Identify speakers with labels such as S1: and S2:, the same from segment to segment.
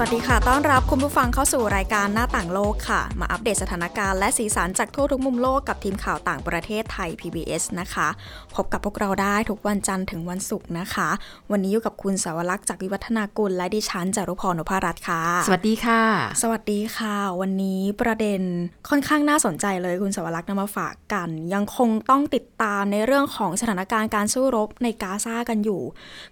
S1: สวัสดีค่ะ ต้อนรับคุณผู้ฟังเข้าสู่รายการหน้าต่างโลกค่ะ มาอัปเดตสถานการณ์และสีสันจากทั่วทุกมุมโลกกับทีมข่าวต่างประเทศไทย PBS นะคะ พบกับพวกเราได้ทุกวันจันทร์ถึงวันศุกร์นะคะ วันนี้อยู่กับคุณสาวรักษ์จากวิวัฒนากุลและดิฉันจารุพรนพรัตน์ค่ะ
S2: สวัสดีค่ะ
S1: สวัสดีค่ะ วันนี้ประเด็นค่อนข้างน่าสนใจเลยคุณสวรักษ์นำมาฝากกัน ยังคงต้องติดตามในเรื่องของสถานการณ์การสู้รบในกาซากันอยู่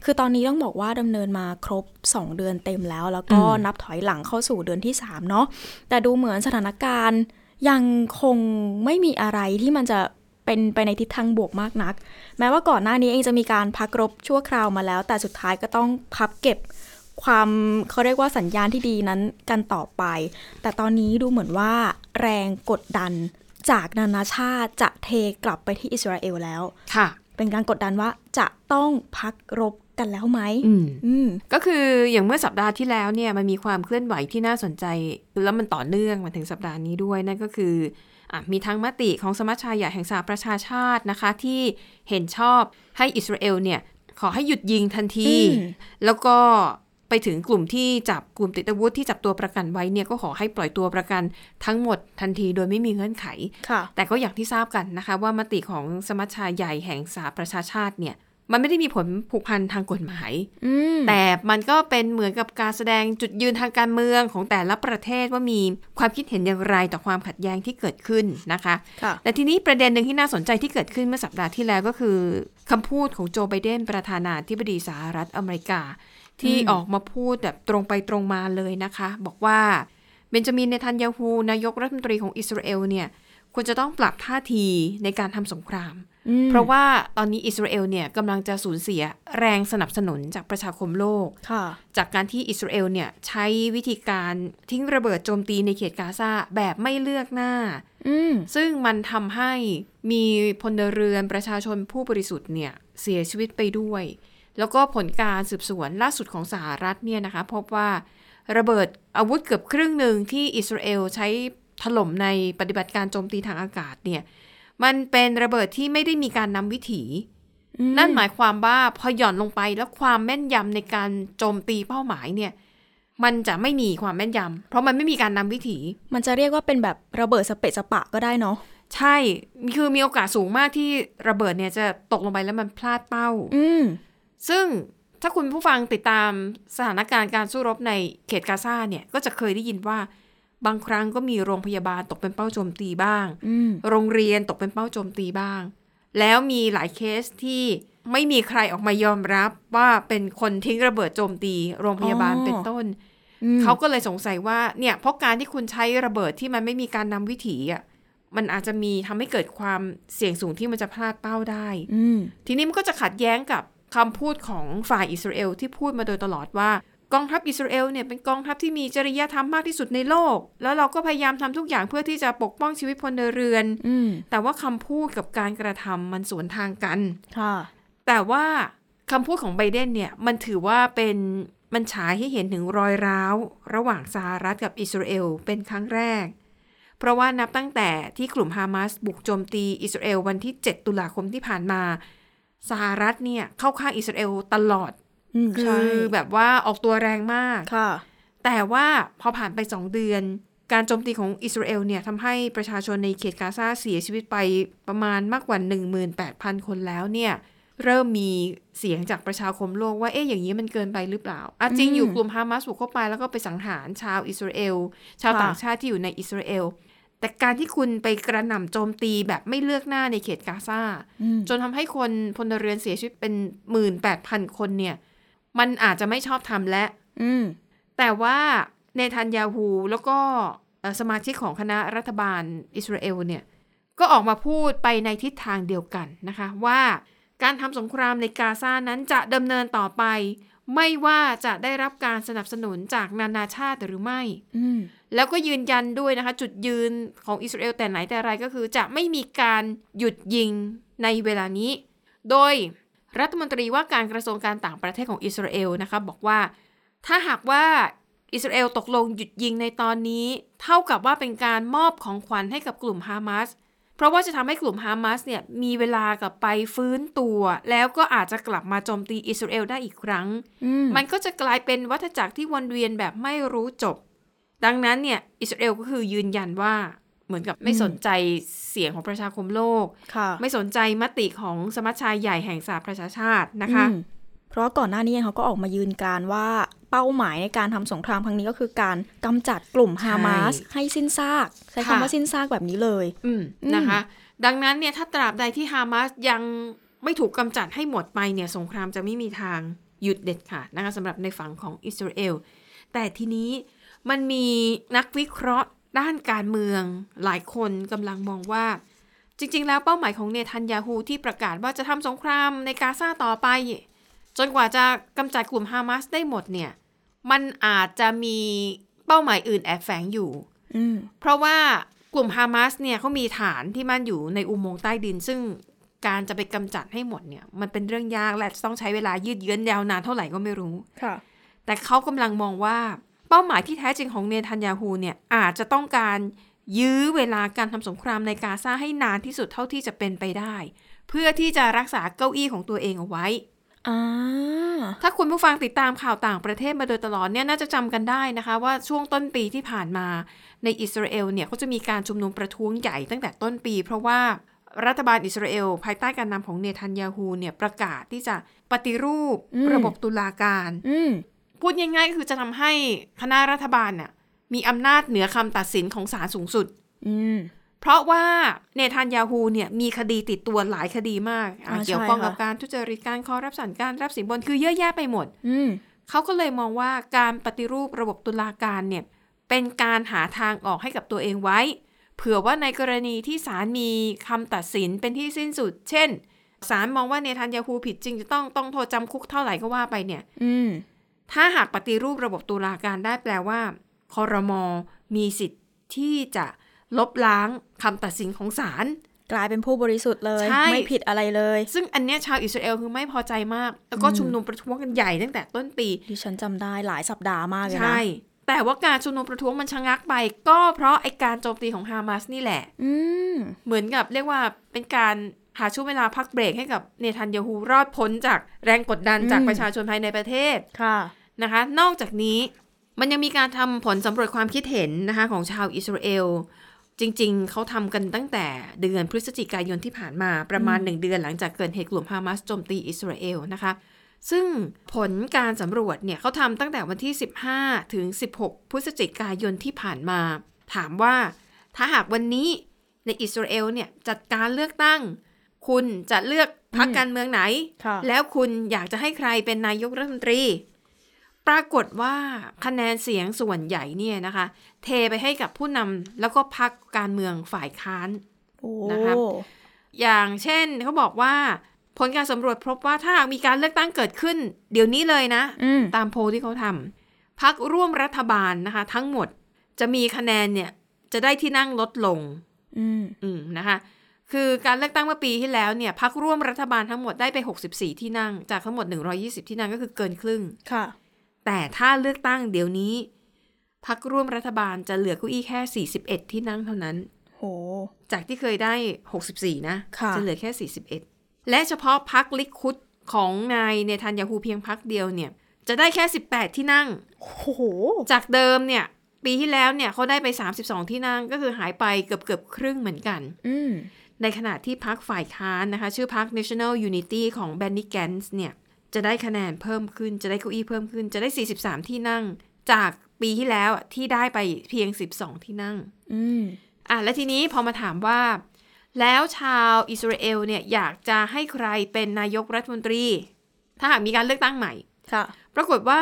S1: คือตอนนี้ต้องบอกว่าดำเนินมาครบ 2 เดือนเต็มแล้ว แล้วก็นับถอยหลังเข้าสู่เดือนที่ 3 เนาะแต่ดูเหมือนสถานการณ์ยังคงไม่มีอะไรที่มันจะเป็นไปในทิศทางบวกมากนัก แม้ว่าก่อนหน้านี้เองจะมีการพักรบชั่วคราวมาแล้ว แต่สุดท้ายก็ต้องพับเก็บ ความเขาเรียกว่าสัญญาณที่ดีนั้นกันต่อไป แต่ตอนนี้ดูเหมือนว่าแรงกดดันจากนานาชาติจะเทกลับไปที่อิสราเอลแล้ว
S2: ค่ะ
S1: เป็นการกดดันว่าจะต้องพักรบกันแล้วไหม
S2: อืม
S1: อืม
S2: ก็คืออย่างเมื่อสัปดาห์ที่แล้วเนี่ยมันมีความเคลื่อนไหวที่น่าสนใจ แล้วมันต่อเนื่องมาถึงสัปดาห์นี้ด้วยนั่นก็คืออะมีทั้งมติของสมัชชาใหญ่แห่งสหประชาชาตินะคะ ที่เห็นชอบให้อิสราเอลเนี่ย ขอให้หยุดยิงทันที
S1: อืม
S2: แล้วก็ไปถึงกลุ่มที่จับกลุ่มติดอาวุธที่จับตัวประกันไว้เนี่ยก็ขอให้ปล่อยตัวประกันทั้งหมดทันทีโดยไม่มีเงื่อนไข
S1: ค่ะ
S2: แต่ก็อย่างที่ทราบกันนะคะ ว่ามติของสมัชชาใหญ่แห่งสหประชาชาติเนี่ย มันไม่ได้มีผลผูกพันทางกฎหมาย
S1: อืม
S2: แต่มันก็เป็นเหมือนกับการแสดงจุดยืนทางการเมืองของแต่ละประเทศว่ามีความคิดเห็นอย่างไรต่อความขัดแย้งที่เกิดขึ้นนะคะ
S1: ค่ะ
S2: แต่ทีนี้ประเด็นหนึ่งที่น่าสนใจที่เกิดขึ้นเมื่อสัปดาห์ที่แล้วก็คือคำพูดของโจไบเดนประธานาธิบดีสหรัฐอเมริกา ที่ออกมาพูดแบบตรงไปตรงมาเลยนะคะ บอกว่าเบนจามินเนทันยาฮูนายกรัฐมนตรีของอิสราเอลเนี่ยควรจะต้องปรับท่าทีในการทำสงคราม
S1: อืม
S2: เพราะว่าตอนนี้อิสราเอลเนี่ยกำลังจะสูญเสียแรงสนับสนุนจากประชาคมโลก
S1: ค่ะ
S2: จากการที่อิสราเอลเนี่ยใช้วิธีการทิ้งระเบิดโจมตีในเขตกาซาแบบไม่เลือกหน้า
S1: อืม
S2: ซึ่งมันทำให้มีพลเรือนประชาชนผู้บริสุทธิ์เนี่ยเสียชีวิตไปด้วย แล้วก็ผลการสืบสวนล่าสุดของสหรัฐเนี่ยนะคะ พบว่าระเบิดอาวุธเกือบครึ่งหนึ่งที่อิสราเอลใช้ถล่มในปฏิบัติการโจมตีทางอากาศเนี่ยมันเป็นระเบิดที่ไม่ได้มีการนำวิถี
S1: อืม
S2: นั่นหมายความว่าพอหย่อนลงไปแล้วความแม่นยำในการโจมตีเป้าหมายเนี่ยมันจะไม่มีความแม่นยำเพราะมันไม่มีการนำวิถี
S1: มันจะเรียกว่าเป็นแบบระเบิดสเปะสปะก็ได้เนาะ
S2: ใช่คือมีโอกาสสูงมากที่ระเบิดเนี่ยจะตกลงไปแล้วมันพลาดเป้า
S1: อืม
S2: ซึ่งถ้าคุณผู้ฟังติดตามสถานการณ์การสู้รบในเขตกาซาเนี่ย ก็จะเคยได้ยินว่าบางครั้งก็มีโรงพยาบาลตกเป็นเป้าโจมตีบ้าง
S1: อืม
S2: โรงเรียนตกเป็นเป้าโจมตีบ้าง แล้วมีหลายเคสที่ไม่มีใครออกมายอมรับว่าเป็นคนทิ้งระเบิดโจมตี โรงพยาบาล
S1: อ๋อ
S2: เป็นต้น
S1: อืม
S2: เขาก็เลยสงสัยว่าเนี่ยเพราะการที่คุณใช้ระเบิดที่มันไม่มีการนำวิถีอ่ะมันอาจจะมีทำให้เกิดความเสี่ยงสูงที่มันจะพลาดเป้าได้
S1: อืม
S2: ทีนี้มันก็จะขัดแย้งกับคำพูดของฝ่ายอิสราเอลที่พูดมาโดยตลอดว่า กองทัพอิสราเอลเนี่ยเป็นกองทัพที่มีจริยธรรมมากที่สุดในโลก แล้วเราก็พยายามทำทุกอย่างเพื่อที่จะปกป้องชีวิตพลเรือน
S1: อืม
S2: แต่ว่าคำพูดกับการกระทำมันสวนทางกัน
S1: ค่ะ
S2: แต่ว่าคำพูดของไบเดนเนี่ยมันถือว่าเป็นมันฉายให้เห็นถึงรอยร้าว ระหว่างสหรัฐกับอิสราเอลเป็นครั้งแรก เพราะว่านับตั้งแต่ที่กลุ่มฮามาสบุกโจมตีอิสราเอลวันที่ 7 ตุลาคมที่ผ่านมา สหรัฐเนี่ยเข้าข้างอิสราเอลตลอด
S1: อืม
S2: คื
S1: ใช่
S2: อแบบว่าออกตัวแรงมาก
S1: ค่ะ
S2: แต่ว่าพอผ่านไป 2 เดือน การโจมตีของอิสราเอลเนี่ยทำให้ประชาชนในเขตกาซาเสียชีวิตไปประมาณมากกว่า 18,000 คนแล้วเนี่ย เริ่มมีเสียงจากประชาคมโลกว่าเอ๊ะอย่างนี้มันเกินไปหรือเปล่าอะจริงอยู่กลุ่มฮามาสบุกเข้าไปแล้วก็ไปสังหารชาวอิสราเอล ชาว
S1: ค่ะ
S2: ต่างชาติที่อยู่ในอิสราเอล แต่การที่คุณไปกระหน่ำโจมตีแบบไม่เลือกหน้าในเขตกาซา
S1: อืม
S2: จนทำให้คนพลเรือนเสียชีวิตเป็น 18,000 คนเนี่ย มันอาจจะไม่ชอบทำและ
S1: อืม
S2: แต่ว่าเนทันยาฮูแล้วก็เอ่อสมาชิกของคณะรัฐบาลอิสราเอลเนี่ย ก็ออกมาพูดไปในทิศทางเดียวกันนะคะ ว่าการทำสงครามในกาซานั้นจะดำเนินต่อไป ไม่ว่าจะได้รับการสนับสนุนจากนานาชาติหรือไม่
S1: อืม
S2: แล้วก็ยืนยันด้วยนะคะ จุดยืนของอิสราเอลแต่ไหนแต่ไรก็คือ จะไม่มีการหยุดยิงในเวลานี้ โดยรัฐมนตรีว่าการกระทรวงการต่างประเทศของอิสราเอลนะคะ บอกว่า ถ้าหากว่าอิสราเอลตกลงหยุดยิงในตอนนี้ เท่ากับว่าเป็นการมอบของขวัญให้กับกลุ่มฮามาสเพราะว่าจะทำให้กลุ่มฮามาสเนี่ยมีเวลากลับไปฟื้นตัว แล้วก็อาจจะกลับมาโจมตีอิสราเอลได้อีกครั้ง
S1: อืม
S2: มันก็จะกลายเป็นวัฏจักรที่วนเวียนแบบไม่รู้จบ ดังนั้นเนี่ยอิสราเอลก็คือยืนยันว่าเหมือนกับไม่สนใจเสียงของประชาคมโลก
S1: ค่ะ
S2: ไม่สนใจมติของสมัชชาใหญ่แห่งสหประชาชาตินะคะ
S1: อืมเพราะก่อนหน้านี้เขาก็ออกมายืนการว่าเป้าหมายในการทำสงครามครั้งนี้ก็คือการกำจัดกลุ่มฮามาส
S2: ใช่
S1: ให้สิ้นซาก ใช้
S2: ค่ะ
S1: คำว่าสิ้นซากแบบนี้เลย
S2: อืม
S1: อืม
S2: นะคะ ดังนั้นเนี่ยถ้าตราบใดที่ฮามาสยังไม่ถูกกำจัดให้หมดไปเนี่ยสงครามจะไม่มีทางหยุดเด็ดขาดนะคะสำหรับในฝั่งของอิสราเอล แต่ทีนี้มันมีนักวิเคราะห์ด้านการเมืองหลายคนกำลังมองว่า จริงๆ แล้วเป้าหมายของเนทันยาฮูที่ประกาศว่าจะทำสงครามในกาซาต่อไป จนกว่าจะกำจัดกลุ่มฮามาสได้หมดเนี่ยมันอาจจะมีเป้าหมายอื่นแอบแฝงอยู่
S1: อืม
S2: เพราะว่ากลุ่มฮามาสเนี่ยเขามีฐานที่มันอยู่ในอุโมงค์ใต้ดิน ซึ่งการจะไปกำจัดให้หมดเนี่ย มันเป็นเรื่องยากและต้องใช้เวลายืดเยื้อยาวนานเท่าไหร่ก็ไม่รู้
S1: ค่ะ
S2: แต่เขากำลังมองว่าเป้าหมายที่แท้จริงของเนทันยาฮูเนี่ยอาจจะต้องการยื้อเวลาการทำสงครามในกาซาให้นานที่สุดเท่าที่จะเป็นไปได้ เพื่อที่จะรักษาเก้าอี้ของตัวเองเอาไว้
S1: อ่า
S2: ถ้าคุณผู้ฟังติดตามข่าวต่างประเทศมาโดยตลอดเนี่ยน่าจะจำกันได้นะคะ ว่าช่วงต้นปีที่ผ่านมาในอิสราเอลเนี่ยเขาจะมีการชุมนุมประท้วงใหญ่ตั้งแต่ต้นปี เพราะว่ารัฐบาลอิสราเอล ภายใต้การนำของเนทันยาฮูเนี่ยประกาศที่จะปฏิรูป
S1: อืม
S2: ระบบตุลาการ
S1: อืม
S2: พูดง่ายๆก็คือจะทำให้คณะรัฐบาลน่ะมีอำนาจเหนือคำตัดสินของศาลสูงสุด
S1: อืม
S2: เพราะว่าเนทันยาฮูเนี่ยมีคดีติดตัวหลายคดีมากอ่ะ
S1: อ่าใช่
S2: เกี่ยวข้อง
S1: ค่ะ
S2: กับการทุจริตการคอร์รัปชันการรับสินบนคือเยอะแยะไปหมด
S1: อืม
S2: เขาก็เลยมองว่าการปฏิรูประบบตุลาการเนี่ยเป็นการหาทางออกให้กับตัวเองไว้ เผื่อว่าในกรณีที่ศาลมีคำตัดสินเป็นที่สิ้นสุด เช่นศาลมองว่าเนทันยาฮูผิดจริงจะต้องต้องโทษจำคุกเท่าไหร่ก็ว่าไปเนี่ย
S1: อืม
S2: ถ้าหากปฏิรูประบบตุลาการได้แปลว่าคอรมอมีสิทธิ์ที่จะลบล้างคำตัดสินของศาล
S1: กลายเป็นผู้บริสุทธิ์เลย
S2: ใช่
S1: ไม่ผิดอะไรเลย
S2: ซึ่งอันเนี้ยชาวอิสราเอลคือไม่พอใจมาก แล้วก็ชุมนุมประท้วงกันใหญ่ตั้งแต่ต้นปี
S1: ดิฉันจำได้หลายสัปดาห์มากเลยนะ
S2: ใช่ แต่ว่าการชุมนุมประท้วงมันชะงักไป ก็เพราะไอการโจมตีของฮามาสนี่แหละ
S1: อืม
S2: เหมือนกับเรียกว่าเป็นการหาช่วงเวลาพักเบรกให้กับเนทันยาฮูรอดพ้นจากแรงกดดัน
S1: อืม
S2: จากประชาชนภายในประเทศ
S1: ค่ะ
S2: นะคะ นอกจากนี้มันยังมีการทำผลสำรวจความคิดเห็นนะคะของชาวอิสราเอล จริงๆ เขาทำกันตั้งแต่เดือนพฤศจิกายนที่ผ่านมาประมาณ 1 เดือนหลังจากเกิดเหตุกลุ่มฮามาสโจมตีอิสราเอลนะคะ ซึ่งผลการสำรวจเนี่ยเขาทำตั้งแต่วันที่ 15 ถึง 16 พฤศจิกายนที่ผ่านมา ถามว่าถ้าหากวันนี้ในอิสราเอลเนี่ยจัดการเลือกตั้ง คุณจะเลือกพรรค
S1: อืม
S2: การเมืองไหน
S1: ค่ะ
S2: แล้วคุณอยากจะให้ใครเป็นนายกรัฐมนตรี ปรากฏว่าคะแนนเสียงส่วนใหญ่เนี่ยนะคะ เทไปให้กับผู้นำแล้วก็พรรคการเมืองฝ่ายค้าน
S1: โอ้
S2: นะครับ อย่างเช่นเขาบอกว่าผลการสำรวจพบว่าถ้าหากมีการเลือกตั้งเกิดขึ้น เดี๋ยวนี้เลยนะ
S1: อืม
S2: ตามโพลที่เขาทำพักร่วมรัฐบาลนะคะ ทั้งหมดจะมีคะแนนเนี่ยจะได้ที่นั่งลดลง
S1: อืม
S2: อืมนะคะคือการเลือกตั้งเมื่อปีที่แล้วเนี่ยพักร่วมรัฐบาลทั้งหมดได้ไป 64 ที่นั่ง จากทั้งหมด 120 ที่นั่งก็คือเกินครึ่ง
S1: ค่ะ
S2: แต่ถ้าเลือกตั้งเดี๋ยวนี้พักร่วมรัฐบาลจะเหลือเก้าอี้แค่ 41 ที่นั่งเท่านั้น
S1: โห
S2: จากที่เคยได้ 64 นะ
S1: ค่ะ
S2: จะเหลือแค่ 41 และเฉพาะพักลิคุดของนายเนทันยาฮูเพียงพักเดียวเนี่ย จะได้แค่ 18 ที่นั่ง
S1: โอ้โห
S2: จากเดิมเนี่ย ปีที่แล้วเนี่ยเขาได้ไป 32 ที่นั่ง ก็คือหายไปเกือบเกือบครึ่งเหมือนกัน
S1: อืม
S2: ในขณะที่พักฝ่ายค้านนะคะ ชื่อพัก National Unity ของแบนนี่แกนส์เนี่ย จะได้คะแนนเพิ่มขึ้น จะได้เก้าอี้เพิ่มขึ้น จะได้ 43 ที่นั่ง จากปีที่แล้วอะที่ได้ไปเพียง 12 ที่นั่ง
S1: อืม
S2: อ่ะและทีนี้พอมาถามว่า แล้วชาวอิสราเอลเนี่ยอยากจะให้ใครเป็นนายกรัฐมนตรี ถ้าหากมีการเลือกตั้งใหม่
S1: ค่ะ
S2: ปรากฏว่า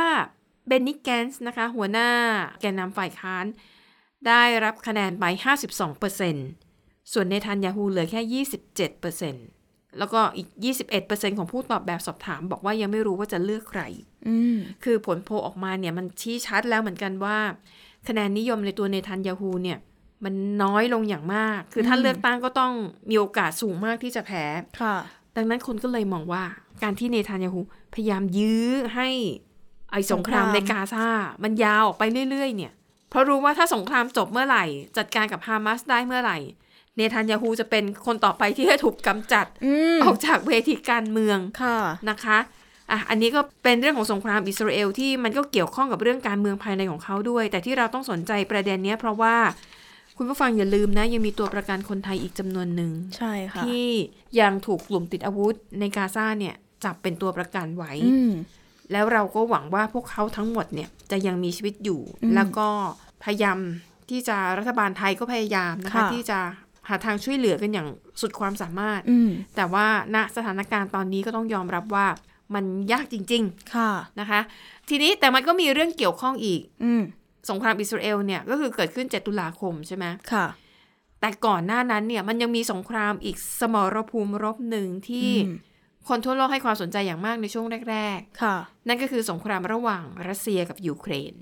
S2: เบนนิแกนส์นะคะ หัวหน้าแกนนำฝ่ายค้าน ได้รับคะแนนไป 52%ส่วนเนทันยาฮูเหลือแค่ 27%แล้วก็อีก 21%ของผู้ตอบแบบสอบถาม บอกว่ายังไม่รู้ว่าจะเลือกใคร
S1: อืม
S2: คือผลโพลออกมาเนี่ยมันชี้ชัดแล้วเหมือนกันว่า คะแนนนิยมในตัวเนทันยาฮูเนี่ย มันน้อยลงอย่างมาก คือถ้า
S1: อืม
S2: เลือกตั้งก็ต้องมีโอกาสสูงมากที่จะแพ้
S1: ค่ะ
S2: ดังนั้นคนก็เลยมองว่า การที่เนทันยาฮูพยายามยื้อให้ ไอสงครา
S1: ส
S2: ม
S1: งคราม
S2: ในกาซา มันยาวออกไปเรื่อย ๆ เนี่ย เพราะรู้ว่าถ้าสงครามจบเมื่อไหร่ จัดการกับฮามาสได้เมื่อไหร่ เนทันยาฮูจะเป็นคนต่อไปที่จะถูกกำจัด
S1: อืม
S2: ออกจากเวทีการเมือง
S1: ค่ะ
S2: นะคะอ่ะอันนี้ก็เป็นเรื่องของสงครามอิสราเอลที่มันก็เกี่ยวข้องกับเรื่องการเมืองภายในของเขาด้วย แต่ที่เราต้องสนใจประเด็นเนี้ยเพราะว่าคุณผู้ฟังอย่าลืมนะ ยังมีตัวประกันคนไทยอีกจำนวนหนึ่ง
S1: ใช่ค่ะ
S2: ที่ยังถูกกลุ่มติดอาวุธในกาซาเนี่ยจับเป็นตัวประกันไว้
S1: อืม
S2: แล้วเราก็หวังว่าพวกเขาทั้งหมดเนี่ยจะยังมีชีวิตอยู่
S1: อืม
S2: แล้วก็พยายามที่จะรัฐบาลไทยก็พยายามนะคะ
S1: ค่ะ
S2: ที่จะหาทางช่วยเหลือกันอย่างสุดความสามารถ
S1: อืม
S2: แต่ว่าณสถานการณ์ตอนนี้ก็ต้องยอมรับว่ามันยากจริง
S1: ค่ะ
S2: ๆนะคะ ทีนี้แต่มันก็มีเรื่องเกี่ยวข้องอีก
S1: อืม
S2: สงครามอิสราเอลเนี่ยก็คือเกิดขึ้น 7 ตุลาคมใช่ไหม
S1: ค่ะ
S2: แต่ก่อนหน้านั้นเนี่ยมันยังมีสงครามอีกสมรภูมิรบหนึ่งที่
S1: อืม
S2: คนทั่วโลกให้ความสนใจอย่างมากในช่วงแรก
S1: ค่ะ
S2: ๆ นั่นก็คือสงครามระหว่างรัสเซียกับยูเครน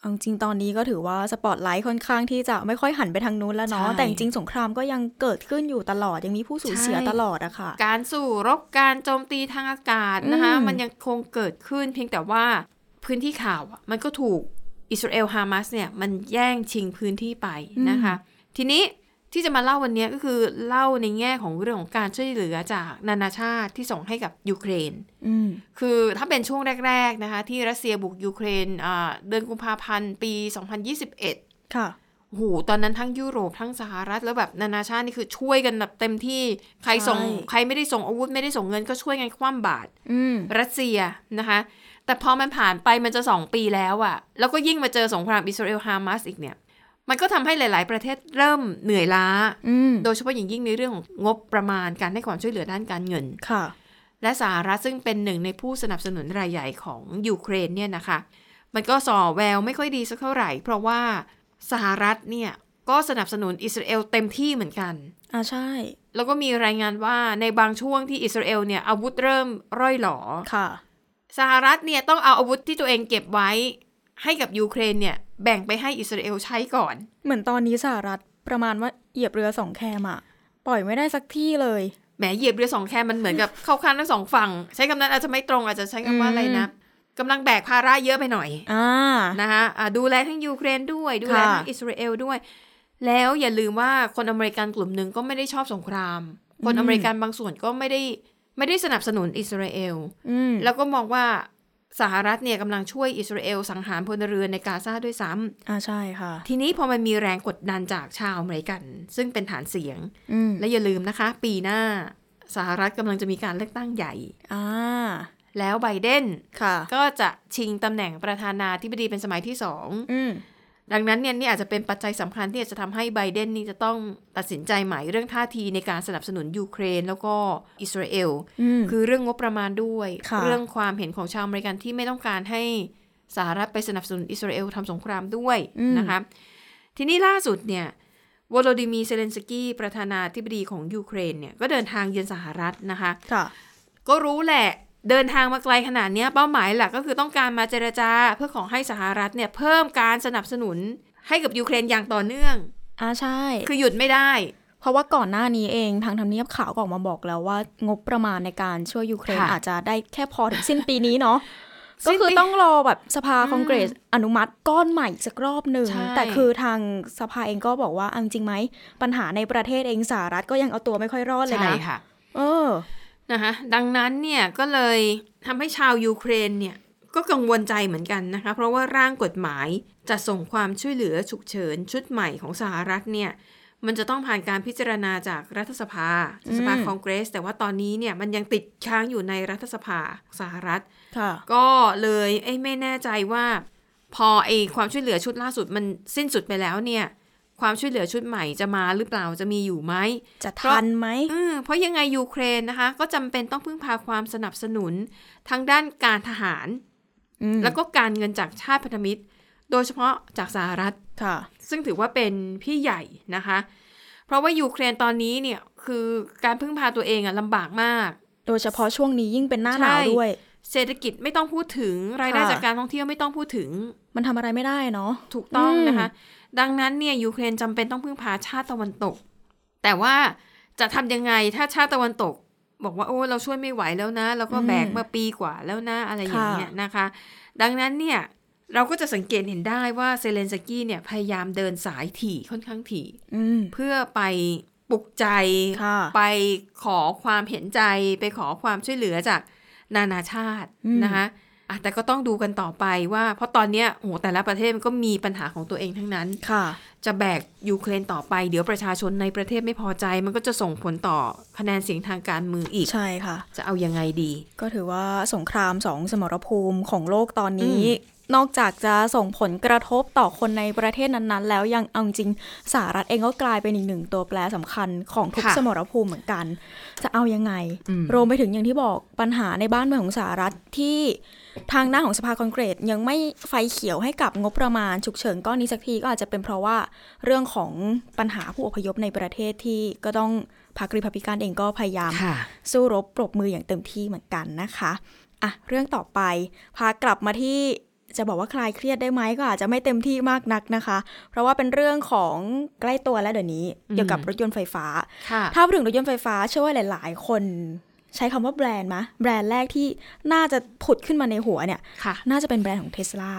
S1: เอาจริงๆตอนนี้ก็ถือว่าสปอตไลท์ค่อนข้างที่จะไม่ค่อยหันไปทางนู้นแล้วเนาะ
S2: ใช่
S1: แต่จริงๆสงครามก็ยังเกิดขึ้นอยู่ตลอดยังมีผู้สูญเสีย
S2: ใช่
S1: ตลอดอะค่ะ
S2: การสู้รบการโจมตีทางอากาศนะคะ
S1: อืม
S2: มันยังคงเกิดขึ้นเพียงแต่ว่าพื้นที่ข่าวอะมันก็ถูกอิสราเอลฮามาสเนี่ยมันแย่งชิงพื้นที่ไปนะคะ ทีนี้ที่จะมาเล่าวันเนี้ยก็คือเล่าในแง่ของเรื่องของการช่วยเหลือจากนานาชาติที่ส่งให้กับยูเครน
S1: อืม
S2: คือถ้าเป็นช่วงแรกๆนะคะที่รัสเซียบุกยูเครนอ่าเดือนกุมภาพันธ์ปี 2021
S1: ค่ะ
S2: โอ้โหตอนนั้นทั้งยุโรปทั้งสหรัฐแล้วแบบนานาชาตินี่คือช่วยกันแบบเต็มที่ใครส่ง
S1: ใช่
S2: ใครไม่ได้ส่งอาวุธไม่ได้ส่งเงินก็ช่วยกันคว่ำบาตร
S1: อืม
S2: รัสเซียนะคะ แต่พอมันผ่านไปมันจะสองปีแล้วอะแล้วก็ยิ่งมาเจอสงครามอิสราเอลฮามาสอีกเนี่ย มันก็ทำให้หลาย ๆ ประเทศเริ่มเหนื่อยล้า
S1: อืม
S2: โดยเฉพาะอย่างยิ่งในเรื่องของงบประมาณการให้ความช่วยเหลือด้านการเงิน
S1: ค่ะ
S2: และสหรัฐซึ่งเป็นหนึ่งในผู้สนับสนุนรายใหญ่ของยูเครนเนี่ยนะคะ มันก็ส่อแววไม่ค่อยดีสักเท่าไหร่ เพราะว่าสหรัฐเนี่ยก็สนับสนุนอิสราเอลเต็มที่เหมือนกัน
S1: อ่าใช่
S2: แล้วก็มีรายงานว่าในบางช่วงที่อิสราเอลเนี่ยอาวุธเริ่มร่อยหลอ
S1: ค่ะ
S2: สหรัฐเนี่ยต้องเอาอาวุธที่ตัวเองเก็บไว้ให้กับยูเครนเนี่ยแบ่งไปให้อิสราเอลใช้ก่อน
S1: เหมือนตอนนี้สหรัฐประมาณว่าเหยียบเรือสองแคมอะปล่อยไม่ได้สักที่เลย
S2: แหมเหยียบเรือสองแคมันเหมือนกับ เข้าข้างทั้งสองฝั่ง ใช้คำนั้นอาจจะไม่ตรงอาจจะใช้คำว่าอะไรนะกำลังแบกภาระเยอะไปหน่อย
S1: อ่า
S2: นะคะอ่ะดูแลทั้งยูเครนด้วยดูแล
S1: ค่ะ
S2: ทั้งอิสราเอลด้วย แล้วอย่าลืมว่าคนอเมริกันกลุ่มหนึ่งก็ไม่ได้ชอบสงคราม คนอเมริกันบางส่วนก็ไม่ได้ไม่ได้สนับสนุนอิสราเอล
S1: อืม
S2: แล้วก็มองว่าสหรัฐเนี่ยกำลังช่วยอิสราเอลสังหารพลเรือนในกาซาด้วยซ้ำ
S1: อ่าใช่ค่ะ
S2: ทีนี้พอมันมีแรงกดดันจากชาวอเมริกัน ซึ่งเป็นฐานเสียง
S1: อืม
S2: และอย่าลืมนะคะ ปีหน้าสหรัฐกำลังจะมีการเลือกตั้งใหญ่
S1: อ่า
S2: แล้วไบเดน
S1: ค่ะ
S2: ก็จะชิงตำแหน่งประธานาธิบดีเป็นสมัยที่สอง
S1: อืม
S2: ดังนั้นเนี่ยนี่อาจจะเป็นปัจจัยสำคัญที่อาจจะทำให้ไบเดนนี่จะต้องตัดสินใจใหม่เรื่องท่าทีในการสนับสนุนยูเครน แล้วก็อิสราเอล
S1: อืม
S2: คือเรื่องงบประมาณด้วย
S1: ค่ะ
S2: เรื่องความเห็นของชาวอเมริกันที่ไม่ต้องการให้สหรัฐไปสนับสนุนอิสราเอลทำสงครามด้วยนะคะทีนี้ล่าสุดเนี่ยวโลดิมีเซเลนสกี้ประธานาธิบดีของยูเครนเนี่ยก็เดินทางเยือนสหรัฐนะคะ
S1: ค่ะ
S2: ก็รู้แหละเดินทางมาไกลขนาดเนี้ยเป้าหมายหลักก็คือต้องการมาเจรจาเพื่อขอให้สหรัฐเนี่ยเพิ่มการสนับสนุนให้กับยูเครนอย่างต่อเนื่อง
S1: อ่าใช่
S2: คือหยุดไม่ได้
S1: เพราะว่าก่อนหน้านี้เองทางทำเนียบข่าวก็ออกมาบอกแล้วว่างบประมาณในการช่วยยูเครน
S2: ค่ะ
S1: อาจจะได้แค่พอถึงสิ้นปีนี้เนาะ ก็คือ
S2: สิ้นปี
S1: ต้องรอแบบสภาคองเกรสอนุมัติก้อนใหม่อีกสักรอบหนึ่ง
S2: ใช่
S1: แต่คือทางสภาเองก็บอกว่าเอาจริงไหม ปัญหาในประเทศเองสหรัฐก็ยังเอาตัวไม่ค่อยรอดเลย
S2: ใช่
S1: นะ
S2: ค่ะ
S1: เออ
S2: นะคะดังนั้นเนี่ยก็เลยทำให้ชาวยูเครนเนี่ยก็กังวลใจเหมือนกันนะคะเพราะว่าร่างกฎหมายจะส่งความช่วยเหลือฉุกเฉินชุดใหม่ของสหรัฐเนี่ยมันจะต้องผ่านการพิจารณาจากรัฐสภาสภา
S1: อืม
S2: คองเกรส แต่ว่าตอนนี้เนี่ยมันยังติดค้างอยู่ในรัฐสภาสหรัฐ
S1: ค่ะ
S2: ก็เลยเอ้ยไม่แน่ใจว่า พอไอความช่วยเหลือชุดล่าสุดมันสิ้นสุดไปแล้วเนี่ย ความช่วยเหลือชุดใหม่จะมาหรือเปล่าจะมีอยู่ไหม
S1: จะทันไหม
S2: เออเพราะยังไงยูเครนนะคะ ก็จำเป็นต้องพึ่งพาความสนับสนุนทางด้านการทหาร
S1: อืม
S2: แล้วก็การเงินจากชาติพันธมิตร โดยเฉพาะจากสหรัฐ
S1: ค่ะ
S2: ซึ่งถือว่าเป็นพี่ใหญ่นะคะ เพราะว่ายูเครนตอนนี้เนี่ยคือการพึ่งพาตัวเองอะลำบากมาก
S1: โดยเฉพาะช่วงนี้ยิ่งเป็นหน้าหนาว
S2: ใช่
S1: ด้วย
S2: เศรษฐกิจไม่ต้องพูดถึงรายได้
S1: ค่ะ
S2: จากการท่องเที่ยวไม่ต้องพูดถึง
S1: มันทำอะไรไม่ได้เนาะ
S2: ถูกต้อง
S1: อืม
S2: นะคะ ดังนั้นเนี่ยยูเครนจำเป็นต้องพึ่งพาชาติตะวันตก แต่ว่าจะทำยังไงถ้าชาติตะวันตก บอกว่าโอ้เราช่วยไม่ไหวแล้วนะ แล้วก็
S1: อืม
S2: แบกมาปีกว่าแล้วนะอะไรอย่าง
S1: ค่ะ
S2: เงี้ยนะคะ ดังนั้นเนี่ยเราก็จะสังเกตเห็นได้ว่าเซเลนสกี้เนี่ยพยายามเดินสายถี่ค่อนข้างถี่
S1: อืม
S2: เพื่อไปปลุกใจ
S1: ค่ะ
S2: ไปขอความเห็นใจ ไปขอความช่วยเหลือจากนานาชาตินะคะอ่ะแต่ก็ต้องดูกันต่อไปว่า เพราะตอนเนี้ยโอ้โหแต่ละประเทศมันก็มีปัญหาของตัวเองทั้งนั้น
S1: ค่ะ
S2: จะแบกยูเครนต่อไป เดี๋ยวประชาชนในประเทศไม่พอใจ มันก็จะส่งผลต่อคะแนนเสียงทางการเมืองอีก
S1: ใช่ค่ะ
S2: จะเอายังไงดี
S1: ก็ถือว่าสงครามสองสมรภูมิของโลกตอนนี้ นอกจากจะส่งผลกระทบต่อคนในประเทศนั้นๆ แล้วยังเอาจริงสหรัฐเองก็กลายเป็นอีกหนึ่งตัวแปรสำคัญของทุก
S2: ค่ะ
S1: สมรภูมิเหมือนกัน จะเอายังไง
S2: อืม
S1: รวมไปถึงอย่างที่บอกปัญหาในบ้านเมืองของสหรัฐที่ทางหน้าของสภาคอนเกรสยังไม่ไฟเขียวให้กับงบประมาณฉุกเฉินก้อนนี้สักทีก็อาจจะเป็นเพราะว่าเรื่องของปัญหาผู้อพยพในประเทศที่ก็ต้องพรรครีพับลิกันเองก็พยายาม
S2: ค่ะ
S1: สู้รบปรบมืออย่างเต็มที่เหมือนกันนะคะอ่ะเรื่องต่อไป พากลับมาที่จะบอกว่าคลายเครียดได้ไหมก็อาจจะไม่เต็มที่มากนักนะคะ เพราะว่าเป็นเรื่องของใกล้ตัวแล้วเดี๋ยวนี้ เกี่ยวกับรถยนต์ไฟฟ้า
S2: ค่ะ
S1: ถ้าพูดถึงรถยนต์ไฟฟ้าเชื่อว่าหลาย ๆ คนใช้คำว่าแบรนด์มะแบรนด์แรกที่น่าจะผุดขึ้นมาในหัวเนี่ย
S2: ค่ะ
S1: น่าจะเป็นแบรนด์ของเทสลา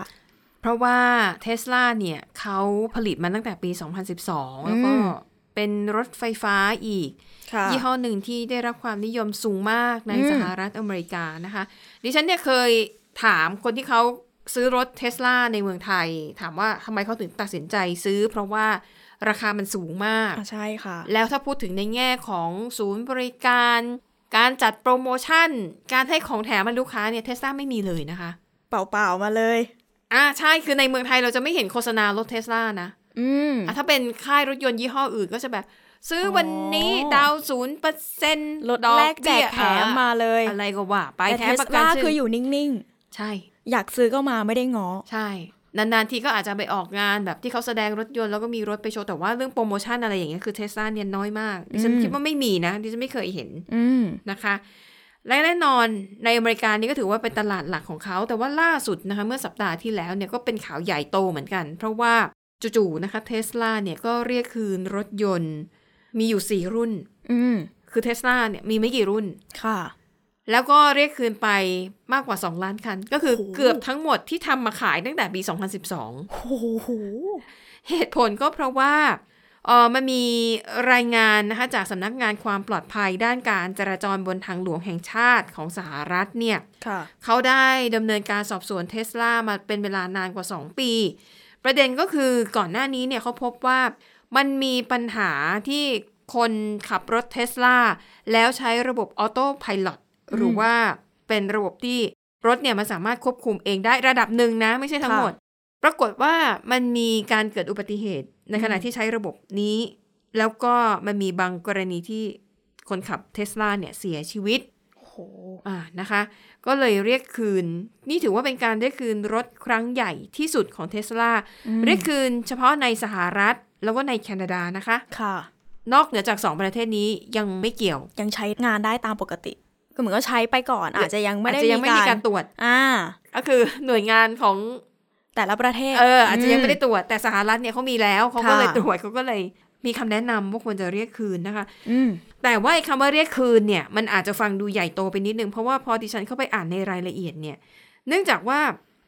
S2: เพราะว่าเทสลาเนี่ยเขาผลิตมาตั้งแต่ปี 2012 แล้วก็
S1: อืม
S2: เป็นรถไฟฟ้าอีก
S1: ค่ะ
S2: ยี่ห้อหนึ่งที่ได้รับความนิยมสูงมากใน
S1: อืม
S2: สหรัฐอเมริกานะคะ ดิฉันเนี่ยเคยถามคนที่เขาซื้อรถเทสลาในเมืองไทย ถามว่าทำไมเขาถึงตัดสินใจซื้อ เพราะว่าราคามันสูงมาก
S1: ใช่ค่ะ
S2: แล้วถ้าพูดถึงในแง่ของศูนย์บริการ การจัดโปรโมชั่น การให้ของแถมให้ลูกค้าเนี่ยเทสลาไม่มีเลยนะคะ
S1: เปล่าๆมาเลย
S2: อ่าใช่คือในเมืองไทยเราจะไม่เห็นโฆษณารถเทสลานะ
S1: อืม
S2: อ่ะถ้าเป็นค่ายรถยนต์ยี่ห้ออื่นก็จะแบบ ซื้อวันนี้
S1: อ๋อ
S2: ดาวศูนย์เปอร์เซ็นต์
S1: รถแรกแจกแถมมาเลย
S2: อะไรก็ว่า ไป
S1: แต่
S2: แถ
S1: เท
S2: ม
S1: ส
S2: ประกั
S1: ลาน คืออยู่นิ่ง ๆ
S2: ใช่
S1: อยากซื้อก็มาไม่ได้ง้อ
S2: ใช่ นานๆทีก็อาจจะไปออกงานแบบที่เขาแสดงรถยนต์แล้วก็มีรถไปโชว์ แต่ว่าเรื่องโปรโมชั่นอะไรอย่างเงี้ยคือเทสลาเนี่ยน้อยมาก ดิฉัน
S1: อืม
S2: คิดว่าไม่มีนะ ดิฉันไม่เคยเห็น
S1: อืม
S2: นะคะ และแน่นอนในอเมริกานี่ก็ถือว่าเป็นตลาดหลักของเขา แต่ว่าล่าสุดนะคะเมื่อสัปดาห์ที่แล้วเนี่ยก็เป็นข่าวใหญ่โตเหมือนกัน เพราะว่าจู่ๆนะคะเทสลาเนี่ยก็เรียกคืนรถยนต์มีอยู่สี่รุ่น
S1: อืม
S2: คือเทสลาเนี่ยมีไม่กี่รุ่น
S1: ค่ะ
S2: แล้วก็เรียกคืนไปมากกว่า 2 ล้านคัน ก็คือ
S1: โอ้โห
S2: เกือบทั้งหมดที่ทำมาขายตั้งแต่ปี
S1: โอ้โห
S2: 2012 เหตุผลก็เพราะว่าเออมันมีรายงานนะคะจากสำนักงานความปลอดภัยด้านการจราจรบนทางหลวงแห่งชาติของสหรัฐเนี่ย
S1: ค่ะ
S2: เขาได้ดำเนินการสอบสวนเทสลามาเป็นเวลานานกว่า 2 ปี ประเด็นก็คือก่อนหน้านี้เนี่ยเขาพบว่ามันมีปัญหาที่คนขับรถเทสลาแล้วใช้ระบบออโต้พาย o t หรือว่าเป็นระบบที่รถเนี่ยมันสามารถควบคุมเองได้ระดับหนึ่งนะ ไม่ใช่ทั้งหมด ปรากฏว่ามันมีการเกิดอุบัติเหตุในขณะที่ใช้ระบบนี้ แล้วก็มันมีบางกรณีที่คนขับเทสลาเนี่ยเสียชีวิต
S1: โอ้โห
S2: อ่านะคะ ก็เลยเรียกคืน นี่ถือว่าเป็นการเรียกคืนรถครั้งใหญ่ที่สุดของเทสลาเรียกคืนเฉพาะในสหรัฐ แล้วก็ในแคนาดานะคะ
S1: ค่ะ
S2: นอกเหนือจาก 2 ประเทศนี้ยังไม่เกี่ยว
S1: ยังใช้งานได้ตามปกติ ก็เหมือนก็ใช้ไปก่อน อาจจะยังไม่
S2: อาจ
S1: ได้
S2: จะยังไม่มีการตรวจ
S1: อ่า
S2: ก็คือหน่วยงานของ
S1: แต่ละประเทศ
S2: เอออาจจะยังไม่ได้
S1: ม
S2: ตรวจ แต่สหรัฐเนี่ยเขามีแล้วเขาก็เลย
S1: ค่ะ
S2: ตรวจเขาก็เลยมีคำแนะนำว่าควรจะเรียกคืนนะคะ
S1: อืม
S2: แต่ว่าไอ้คำว่าเรียกคืนเนี่ยมันอาจจะฟังดูใหญ่โตไปนิดนึง เพราะว่าพอดิฉันเข้าไปอ่านในรายละเอียดเนี่ย เนื่องจากว่า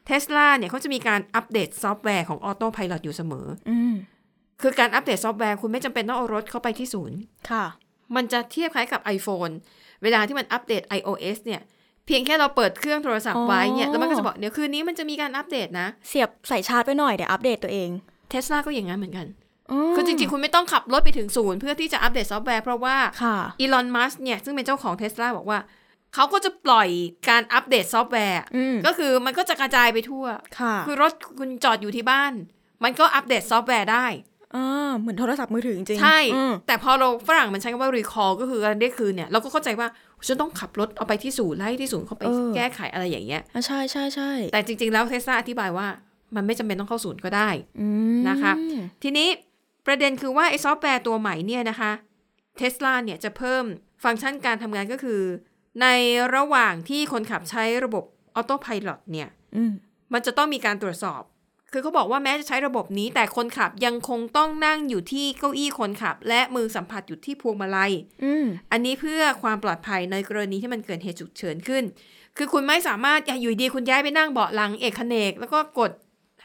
S2: เทสลาเนี่ยเขาจะมีการอัปเดตซอฟต์แวร์ของ Auto Pilot อยู่เสมอ
S1: อืม
S2: คือการอัปเดตซอฟต์แวร์คุณไม่จำเป็นต้องเอารถเข้าไปที่ศูนย์
S1: ค่ะ
S2: มันจะเทียบคล้ายกับ iPhone เวลาที่มันอัปเดต iOS เนี่ย เพียงแค่เราเปิดเครื่องโทรศัพท์ไว้เนี่ย
S1: อ๋อ
S2: แล้วมันก็จะบอกเดี๋ยวคืนนี้มันจะมีการอัปเดตนะ
S1: เสียบใส่ชาร์จไปหน่อยเดี๋ยวอัปเดตตัวเอง
S2: เทสลาก็อย่างนั้นเหมือนกัน
S1: ม
S2: คือจริงๆ คุณไม่ต้องขับรถไปถึงศูนย์เพื่อที่จะอัปเดตซอฟต์แวร์เพราะว่า
S1: ค่ะ
S2: อีลอน มัสก์เนี่ย ซึ่งเป็นเจ้าของเทสลาบอกว่า เขาก็จะปล่อยการอัปเดตซอฟต์แวร์
S1: อืม
S2: ก็คือมันก็จะกระจายไปทั่ว
S1: ค่ะ
S2: คือรถคุณจอดอยู่ที่บ้าน มันก็อัปเดตซอฟต์แวร์ได้
S1: อ่าเหมือนโทรศัพท์มือถือจริงๆ
S2: ใช่
S1: อืม
S2: แต่พอเราฝรั่งมันใช้คำว่า recall ก็คือการเรียกคืนเนี่ย เราก็เข้าใจว่า ฉันต้องขับรถเอาไปที่ศูนย์ไล่ที่ศูนย์เข้าไปแก้ไขอะไรอย่างเงี้ย
S1: อ่ะใช่ใช่ใช่
S2: แต่จริง ๆ แล้วเทสลาอธิบายว่า มันไม่จำเป็นต้องเข้าศูนย์ก็ได้
S1: อืม
S2: นะคะ ทีนี้ประเด็นคือว่าไอ้ซอฟต์แวร์ตัวใหม่เนี่ยนะคะเทสลาเนี่ยจะเพิ่มฟังก์ชันการทำงานก็คือ ในระหว่างที่คนขับใช้ระบบออโต้พ l o t เนี่ย
S1: อืม
S2: มันจะต้องมีการตรวจสอบ คือเขาบอกว่าแม้จะใช้ระบบนี้ แต่คนขับยังคงต้องนั่งอยู่ที่เก้าอี้คนขับ และมือสัมผัสอยู่ที่พวงมาลัย
S1: อืม
S2: อันนี้เพื่อความปลอดภัยในกรณีที่มันเกิดเหตุฉุกเฉินขึ้น คือคุณไม่สามารถอยู่ดีคุณย้ายไปนั่งเบาะหลังเอกเขนก แล้วก็กด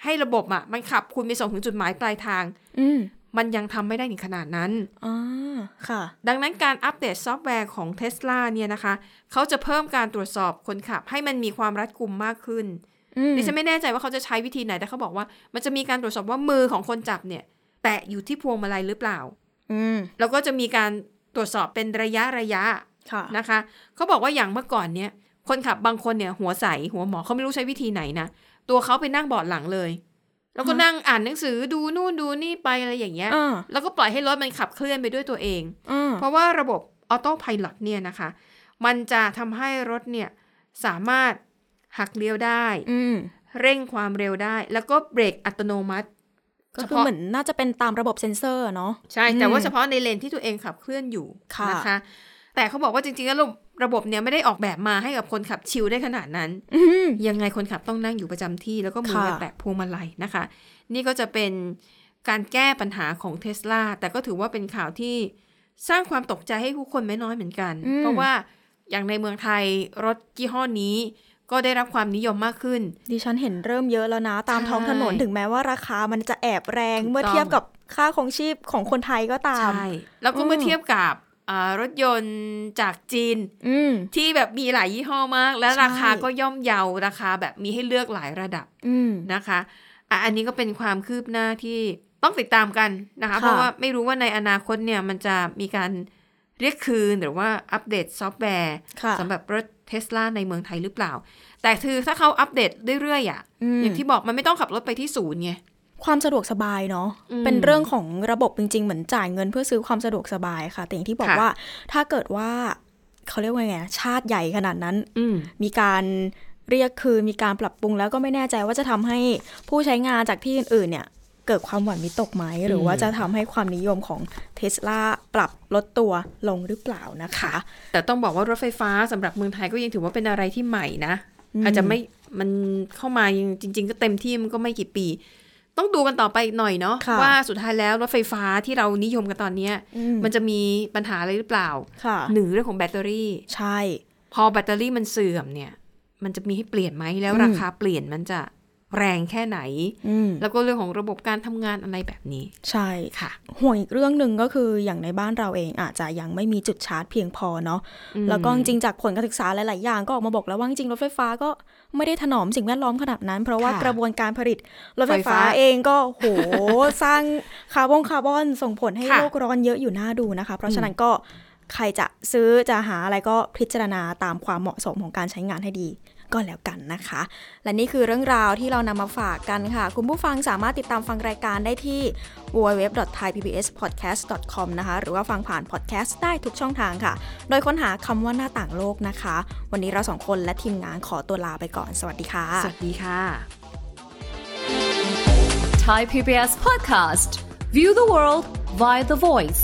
S2: ให้ระบบอ่ะมันขับคุณไปส่งถึงจุดหมายปลายทาง
S1: อืม
S2: มันยังทำไม่ได้ถึงขนาดนั้น
S1: อ่าค่ะ
S2: ดังนั้นการอัปเดตซอฟต์แวร์ของ Tesla เนี่ยนะคะ เขาจะเพิ่มการตรวจสอบคนขับให้มันมีความรัดกุมมากขึ้น
S1: อืม
S2: ดิฉันไม่แน่ใจว่าเขาจะใช้วิธีไหน แต่เขาบอกว่ามันจะมีการตรวจสอบว่ามือของคนจับเนี่ย แตะอยู่ที่พวงมาลัยหรือเปล่า
S1: อืม
S2: แล้วก็จะมีการตรวจสอบเป็นระยะระยะ
S1: ค่ะ
S2: นะคะ เขาบอกว่าอย่างเมื่อก่อนเนี่ยคนขับบางคนเนี่ยหัวใสหัวหมอเขาไม่รู้ใช้วิธีไหนนะ ตัวเขาไปนั่งเบาะหลังเลย แล้วก็นั่งอ่านหนังสือดูนู่นดูนี่ไปอะไรอย่างเงี้ย
S1: อ่า
S2: แล้วก็ปล่อยให้รถมันขับเคลื่อนไปด้วยตัวเอง
S1: อ่า
S2: เพราะว่าระบบออโต้พาย t เนี่ยนะคะ มันจะทำให้รถเนี่ยสามารถหักเลี้ยวได้
S1: อืม
S2: เร่งความเร็วได้ แล้วก็เบรกอัตโนมัติ
S1: ก็คือเหมือนน่าจะเป็นตามระบบเซ็นเซอร์อะเนาะ
S2: ใช่ แต่ว่า
S1: อืม
S2: เฉพาะในเลนที่ตัวเองขับเคลื่อนอยู่
S1: ค่ะ
S2: นะคะ แต่เขาบอกว่าจริงๆแล้วระบบเนี่ยไม่ได้ออกแบบมาให้กับคนขับชิลได้ขนาดนั้น
S1: อืม
S2: ยังไงคนขับต้องนั่งอยู่ประจำที่ แล้วก็มือ
S1: ค่ะ
S2: เนี่ยแตะพวงมาลัยนะคะ นี่ก็จะเป็นการแก้ปัญหาของเทสลาแต่ก็ถือว่าเป็นข่าวที่สร้างความตกใจให้ผู้คนไม่น้อยเหมือนกัน เพราะว่าอย่างในเมืองไทยรถยี่ห้อนี้ ก็ได้รับความนิยมมากขึ้น
S1: ดิฉันเห็นเริ่มเยอะแล้วนะ ตาม
S2: ใช่
S1: ท้องถนนถึงแม้ว่าราคามันจะแอบแรง
S2: ถูกต้อง
S1: เมื่อเทียบกับค่าของชีพของคนไทยก็ตาม
S2: ใช่ แล้วก็เมื่อเทียบกับอ่ารถยนต์จากจีน
S1: อืม
S2: ที่แบบมีหลายยี่ห้อมาก และ
S1: ใช่
S2: ราคาก็ย่อมเยาราคาแบบมีให้เลือกหลายระดับ
S1: อืม
S2: นะคะอ่ะอันนี้ก็เป็นความคืบหน้าที่ต้องติดตามกันนะคะ
S1: ค่ะ
S2: เพราะว่าไม่รู้ว่าในอนาคตเนี่ยมันจะมีการเรียกคืนหรือว่าอัปเดตซอฟต์แวร์
S1: ค่ะ
S2: สำหรับรถเทสลาในเมืองไทยหรือเปล่า แต่คือถ้าเขาอัปเดตเรื่อยๆอ่ะอย่างที่บอกมันไม่ต้องขับรถไปที่ศูนย์ไง
S1: ความสะดวกสบายเนาะ
S2: อืม
S1: เป็นเรื่องของระบบจริง ๆ เหมือนจ่ายเงินเพื่อซื้อความสะดวกสบายค่ะแต่อย่างที่บอก
S2: ค่ะ
S1: ว่า ถ้าเกิดว่าเขาเรียกว่าไงชาติใหญ่ขนาดนั้น
S2: อืม
S1: มีการเรียกคืนมีการปรับปรุงแล้วก็ไม่แน่ใจว่าจะทำให้ผู้ใช้งานจากที่อื่นๆเนี่ย เกิดความหวั่นวิตกไหม หรือว่าจะทำให้ความนิยมของเทสลาปรับลดตัวลงหรือเปล่านะคะ
S2: แต่ต้องบอกว่ารถไฟฟ้าสำหรับเมืองไทยก็ยังถือว่าเป็นอะไรที่ใหม่นะ อาจจะไม่มันเข้ามายังจริง ๆ ก็เต็มที่มันก็ไม่กี่ปี ต้องดูกันต่อไปอีกหน่อยเนาะ
S1: ค่ะ
S2: ว่าสุดท้ายแล้วรถไฟฟ้าที่เรานิยมกันตอนเนี้ย
S1: อื
S2: มันจะมีปัญหาอะไรหรือเปล่า
S1: ค่ะ
S2: หนึ่งเรื่องของแบตเตอรี่
S1: ใช่
S2: พอแบตเตอรี่มันเสื่อมเนี่ย มันจะมีให้เปลี่ยนไหมแล้ว
S1: อืม
S2: ราคาเปลี่ยนมันจะแรงแค่ไหน
S1: อืม
S2: แล้วก็เรื่องของระบบการทำงานอะไรแบบนี้
S1: ใช่
S2: ค่ะ
S1: ห่วงอีกเรื่องหนึ่งก็คืออย่างในบ้านเราเองอาจจะยังไม่มีจุดชาร์จเพียงพอเนาะแล้วก็จริงๆจากผลการศึกษาหลาย ๆ อย่างก็ออกมาบอกแล้วว่าจริงๆรถไฟฟ้าก็ไม่ได้ถนอมสิ่งแวดล้อมขนาดนั้น เพราะว่า
S2: ค่ะ
S1: กระบวนการผลิตรถไฟ
S2: ไฟฟ้า
S1: ฟ้าเองก็โห สร้างคาร์บอนคาร์บอนส่งผลให้
S2: ค่ะ
S1: โลกร้อนเยอะอยู่หน้าดูนะคะ เพราะฉะนั้นก็ใครจะซื้อจะหาอะไรก็พิจารณาตามความเหมาะสมของการใช้งานให้ดี ก็แล้วกันนะคะ และนี่คือเรื่องราวที่เรานำมาฝากกันค่ะ คุณผู้ฟังสามารถติดตามฟังรายการได้ที่ www.thaipbspodcast.com นะคะ หรือว่าฟังผ่านพอดแคสต์ได้ทุกช่องทางค่ะ โดยค้นหาคำว่าหน้าต่างโลกนะคะ วันนี้เราสองคนและทีมงานขอตัวลาไปก่อน สวัสดีค่ะ
S2: สวัสดีค่ะ
S3: Thai PBS podcast. View the world via the voice.